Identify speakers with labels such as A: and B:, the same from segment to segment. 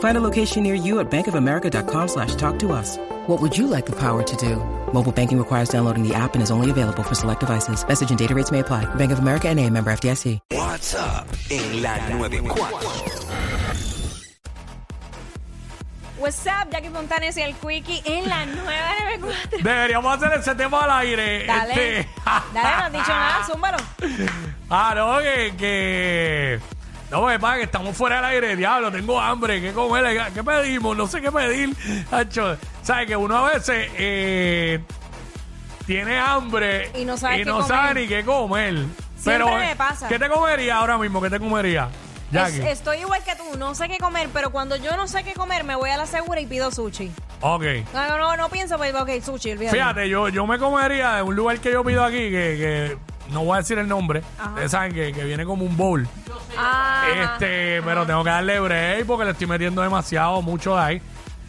A: Find a location near you at bankofamerica.com slash talk to us. What would you like the power to do? Mobile banking requires downloading the app and is only available for select devices. Message and data rates may apply. Bank of America and a member FDIC.
B: What's up en la 94.
C: WhatsApp, Jackie Fontanes y el Quickie en la nueva 94.
D: Deberíamos hacer ese tema al aire.
C: Dale.
D: Este,
C: Dale, no has dicho nada, zúmbalo.
D: ah, no, que. que no, que pasa que estamos fuera del aire, diablo, tengo hambre, ¿qué comer? ¿Qué pedimos? No sé qué pedir. Hacho, ¿Sabes que uno a veces eh, tiene hambre
C: Y no sabe qué
D: no
C: comer.
D: sabe ni qué comer?
C: Siempre me pasa.
D: ¿Qué te comería ahora mismo? ¿Qué te comería?
C: Es-
D: Jackie.
C: estoy igual que tú, no sé qué comer, pero cuando yo no sé qué comer, me voy a la segura y pido sushi.
D: Ok.
C: No, no, no pienso, pues, ok, sushi, olvídate.
D: Fíjate, yo, yo me comería de un lugar que yo pido aquí, que, que no voy a decir el nombre.
C: Ajá.
D: Ustedes saben que, que viene como un bowl.
C: Ah,
D: Este, pero tengo que darle break porque le estoy metiendo demasiado, mucho de ahí.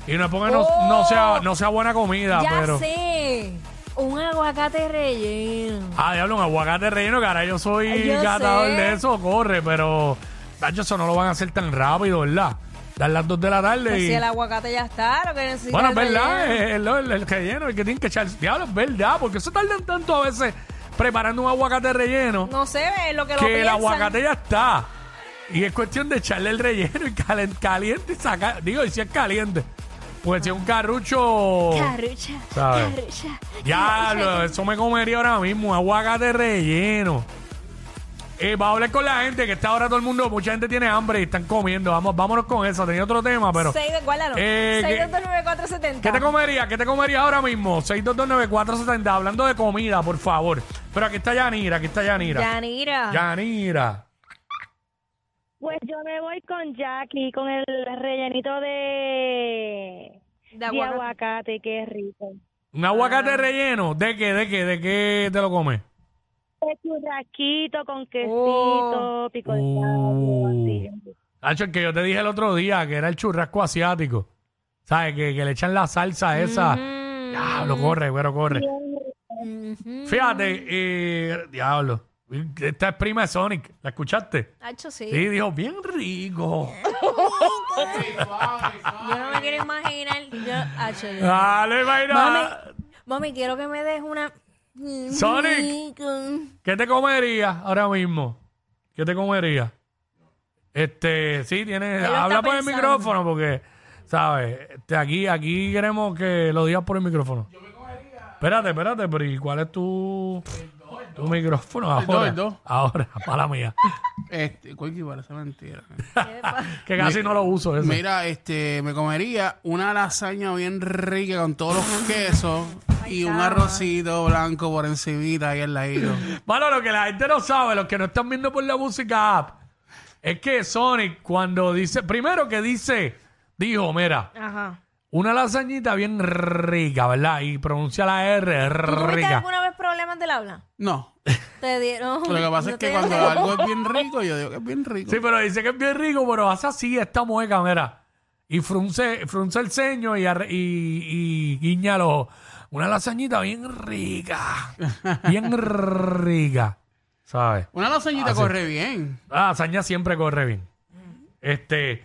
D: Y no es porque no- no, sea, no sea buena comida,
C: Oh. ya
D: Este, pero.
C: sé. Un aguacate relleno.
D: Ah, diablo, un aguacate relleno, que ahora yo soy
C: Yo
D: catador
C: sé.
D: de eso, corre, pero. Tacho, eso no lo van a hacer tan rápido, ¿verdad? Dar las 2 de la tarde
C: Pues
D: y.
C: si el aguacate ya está, lo que necesita
D: Bueno, es
C: el
D: verdad, Eh,
C: relleno.
D: el, el- el relleno, el que tienen que echar. Diablo, es verdad, porque se tardan tanto a veces preparando un aguacate relleno
C: No sé, ve lo que, lo
D: que el
C: piensan.
D: aguacate ya está. Y es cuestión de echarle el relleno y calen- caliente y sacar. Digo, y si es caliente. Pues si es un carrucho.
C: Carrucha,
D: ¿Sabes?
C: carrucha.
D: Diablo, eso me comería ahora mismo. Aguacate relleno. Eh, va a hablar con la gente que está ahora todo el mundo. Mucha gente tiene hambre y están comiendo. Vamos, vámonos con eso. Tenía otro tema, pero.
C: Seis de- guárdalo.
D: Eh,
C: Seis
D: que-
C: dos dos nueve cuatro setenta.
D: ¿Qué te comerías? ¿Qué te comerías ahora mismo? 6229470. Hablando de comida, por favor. Pero aquí está Yanira, aquí está Yanira.
C: Yanira.
D: Yanira.
E: Pues yo me voy con Jackie, con el rellenito de,
C: De aguacate.
E: que es rico.
D: Un
C: Ah.
D: aguacate relleno. ¿De qué? ¿De qué? ¿De qué te lo comes?
E: De churrasquito con quesito,
C: Oh.
E: pico de gallo, así.
D: Hacho, el que yo te dije el otro día, que era el churrasco asiático. ¿Sabes? Que, que le echan la salsa esa. Diablo, corre, pero corre. Fíjate, eh, diablo. Esta es prima de Sonic. ¿La escuchaste?
C: Hacho, sí.
D: Sí, dijo, bien rico.
C: Yo no me quiero imaginar. Yo, hacho,
D: Ah.
C: yo-
D: Dale,
C: Mami,
D: vaina.
C: mami, quiero que me des una.
D: Sonic. ¿Qué te comerías ahora mismo? ¿Qué te comerías? Este, sí, tiene.
C: lo está
D: Habla por el
C: pensando.
D: micrófono porque, ¿sabes? Este, aquí, aquí queremos que lo digas por el micrófono. Yo me comería. Espérate, espérate, pero ¿y cuál es tu, tu micrófono ahora?
F: dos, el dos.
D: Ahora, para mía.
F: Este, Quickie, parece mentira.
D: Que casi no lo uso eso.
F: Mira, este, me comería una lasaña bien rica con todos los quesos y un arrocito blanco por encimita ahí al ladito.
D: Bueno, lo que la gente no sabe, los que no están viendo por la música app, es que Sonic cuando dice, primero que dice, dijo, mira,
C: Ajá.
D: Una lasañita bien rica, ¿verdad? Y pronuncia la R,
C: ¿Tú tuviste
D: rica.
C: alguna vez problemas del habla?
F: No,
C: Te dieron.
F: lo que pasa es
C: no te
F: que
C: dieron-
F: cuando algo es bien rico, yo digo que es bien rico.
D: Sí, pero dice que es bien rico, pero hace así esta mueca, mira. Y frunce, frunce el ceño y, arre- y, y guiña los ojos. Una lasañita bien rica. Bien rica. ¿Sabes?
F: Una
D: Ah,
F: lasañita corre bien.
D: La lasaña siempre corre bien. Este.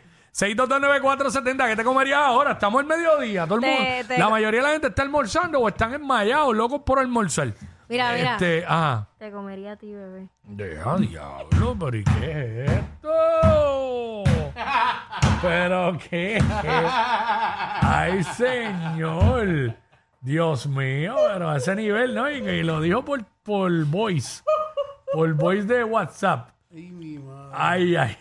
D: 6229470, ¿qué te comerías ahora? Estamos en mediodía, todo el
C: Te-
D: mundo.
C: te-
D: La mayoría de la gente está almorzando o están enmayados, locos por almorzar.
C: Mira, Ah, mira.
D: Este, ajá.
C: Te comería a ti, bebé.
D: Deja diablo, pero ¿y qué es esto? ¿Pero qué es ¡Ay, señor! Dios mío, pero a ese nivel, ¿no? Y, y lo dijo por, por voice, por voice de WhatsApp.
F: Ay, mi madre.
D: Ay, ay.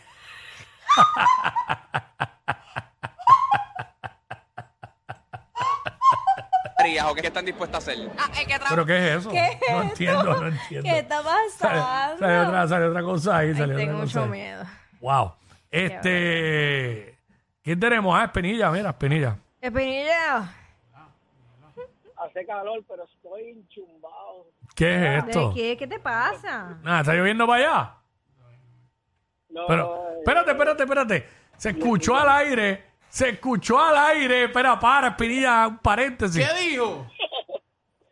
G: harías o qué están dispuestas a hacer?
C: Ah, el que tra-
D: ¿Pero qué es eso?
C: ¿Qué es eso?
D: no entiendo, no entiendo.
C: ¿Qué está
D: Sale,
C: pasando?
D: sale otra, sale otra cosa ahí.
C: Ay,
D: sale otra
C: tengo
D: cosa
C: mucho
D: ahí.
C: miedo.
D: Wow. Este. ¿Quién tenemos? Ah, Espinilla, mira, Espinilla.
C: Espinilla,
H: Hace calor, pero estoy enchumbado.
D: ¿Qué es
C: ¿de
D: esto?
C: qué? ¿Qué te pasa?
D: Nada, está lloviendo para allá.
H: No,
D: Pero,
H: eh,
D: espérate, espérate, espérate. Se escuchó al aire. Se escuchó al aire. Espera, para, Espinilla, un paréntesis.
F: ¿Qué dijo?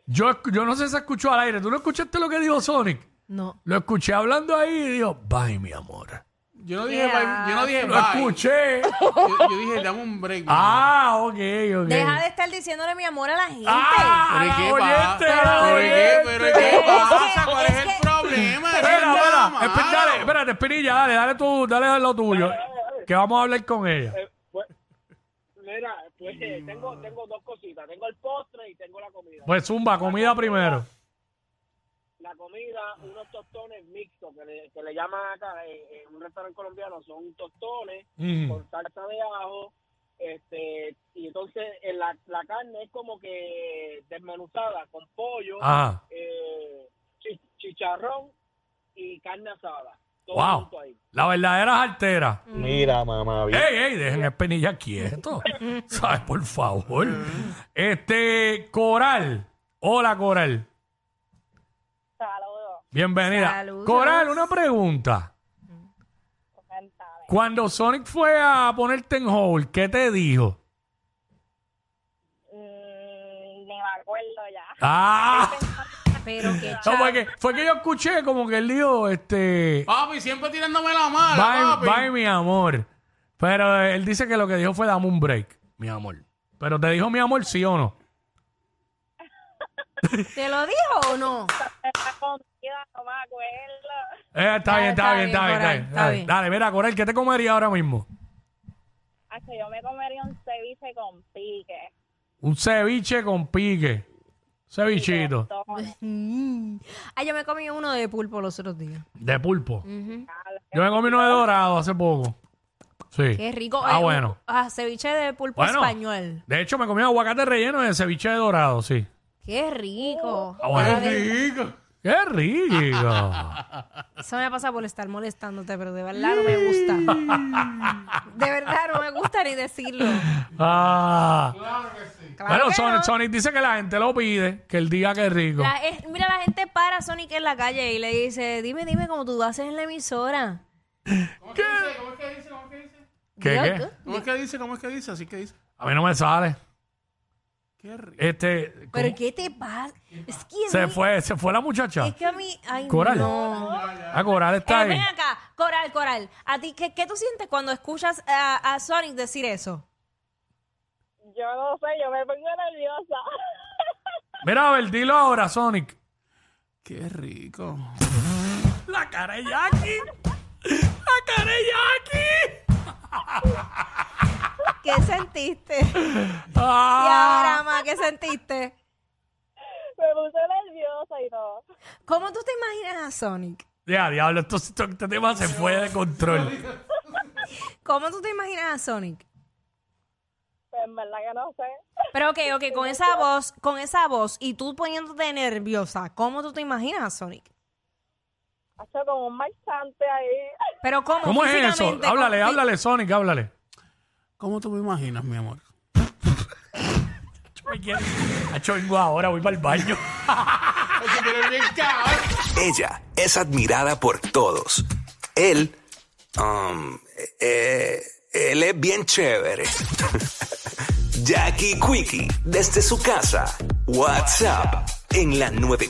D: Yo, escu- yo no sé si se escuchó al aire. ¿Tú no escuchaste lo que dijo Sonic?
C: No.
D: Lo escuché hablando ahí y dijo, bye, mi amor.
F: Yo no dije,
C: Yeah.
F: bye- yo no dije
D: Lo
F: bye.
D: escuché.
F: Yo, yo dije, dame un break.
D: ah, ok, ok.
C: Deja de estar diciéndole mi amor a la gente.
D: ¡Ah!
F: ¿Pero
D: la
F: qué
D: oyente,
F: pasa?
D: la
F: ¿Pero qué? ¿Pero
D: oyente.
F: qué
C: Es que-
F: pasa? ¿Cuál es
C: es que-
F: el problema? Eso
D: Espera,
F: es
D: espera,
F: nada
D: espera,
F: malo.
D: dale, espérate, Espinilla, dale, dale tú, dale lo tuyo. Que vamos a hablar con ella.
H: eh, pues, mira, pues, eh, tengo, tengo dos cositas. Tengo el postre y tengo la comida.
D: Pues zumba, comida primero.
H: La comida, unos tostones mixtos, que le, que le llaman acá eh, en un restaurante colombiano, son tostones
D: Mm.
H: con salsa de ajo. Este, y entonces eh, la, la carne es como que desmenuzada con pollo,
D: Ajá.
H: eh, chi- chicharrón y carne asada. Todo
D: Wow.
H: junto ahí.
D: La verdadera altera.
I: Mira, mamá, bien.
D: Ey, ey, dejen a Espinilla quieto. ¿Sabes? Por favor. Este, Coral. Hola, Coral.
E: Saludos,
D: Bienvenida.
C: Saludos.
D: Coral, una pregunta.
E: encantada.
D: Cuando Sonic fue a ponerte en hold, ¿qué te dijo?
E: Mm, ni me acuerdo ya.
D: Ah,
C: Pero qué
D: no,
C: chato.
D: fue que, fue que yo escuché como que él dijo, este,
F: Papi, siempre tirándome la mala,
D: bye,
F: papi.
D: bye, mi amor. Pero él dice que lo que dijo fue dame un break, mi amor. Pero te dijo mi amor sí o no.
C: ¿Te lo dijo o no?
E: La comida, no me acuerdo.
D: Eh, está,
C: Ah,
D: bien, está, bien, está bien, está
C: Coral,
D: bien,
C: está
D: dale,
C: bien.
D: Dale, mira, Coral, ¿qué te comería ahora mismo?
E: Hasta yo me comería un ceviche con pique.
D: Un ceviche con pique. Cevichito.
E: Tostones.
C: Mm. Ay, yo me comí uno de pulpo los otros días.
D: De pulpo.
C: Ujú.
D: Yo me comí uno de dorado hace poco. Sí.
C: Qué rico.
D: Ah,
C: Eh, un-
D: bueno.
C: ah, ceviche de pulpo
D: Bueno.
C: español.
D: De hecho, me comí aguacate relleno de ceviche de dorado, sí.
C: Qué rico.
D: Ah, bueno.
F: Qué rico.
D: ¡Qué rico!
C: Eso me pasa por estar molestándote, pero de verdad no me gusta.
D: Mm.
C: De verdad no me gusta ni decirlo.
D: ah.
C: Claro
D: bueno,
C: que
D: Sonic,
C: no.
D: Sonic dice que la gente lo pide, que el día que es rico.
C: La- es- mira, la gente para a Sonic en la calle y le dice, dime, dime, como tú haces en la emisora.
D: ¿Qué?
F: ¿Cómo es que dice? ¿Cómo es que dice?
D: ¿Qué,
C: Dios,
D: qué?
C: tú.
F: ¿Cómo es que dice? ¿Cómo es que dice? Así que dice.
D: A mí no me sale.
F: Qué rico.
D: Este. ¿cómo?
C: ¿Pero qué te pasa? Es que, a
D: Se
C: mí-
D: fue, se fue la muchacha.
C: es que a mí... Ay,
D: Coral.
C: no.
D: Ah, Coral está
C: Eh,
D: ahí.
C: ven acá, Coral, Coral. ¿A ti qué, qué tú sientes cuando escuchas a, a Sonic decir eso?
E: Yo no sé, yo me pongo nerviosa.
D: Mira, a ver, dilo ahora, Sonic.
F: Qué rico.
D: La cara de Jackie. La cara de Jackie.
C: ¿Qué sentiste? Y
D: Ah.
C: ahora, ma, ¿qué sentiste?
E: Me puse nerviosa y todo.
C: ¿Cómo tú te imaginas a Sonic?
D: Ya, diablo, esto, esto- este tema se fue de control.
C: ¿Cómo tú te imaginas a Sonic?
E: Pero en verdad que no sé.
C: Pero ok, ok, con esa voz, con esa voz y tú poniéndote nerviosa, ¿cómo tú te imaginas a Sonic?
E: Hacho con un marchante ahí.
C: Pero ¿cómo?
D: ¿Cómo es eso?
C: físicamente,
D: Háblale,
C: ¿cómo?
D: háblale, Sonic, háblale.
F: ¿Cómo tú me imaginas, mi amor?
D: Me quiere- Acho, vengo ahora, voy para el baño.
B: Ella es admirada por todos. Él, um, eh, él es bien chévere. Jackie Quickie, desde su casa. WhatsApp en la 9.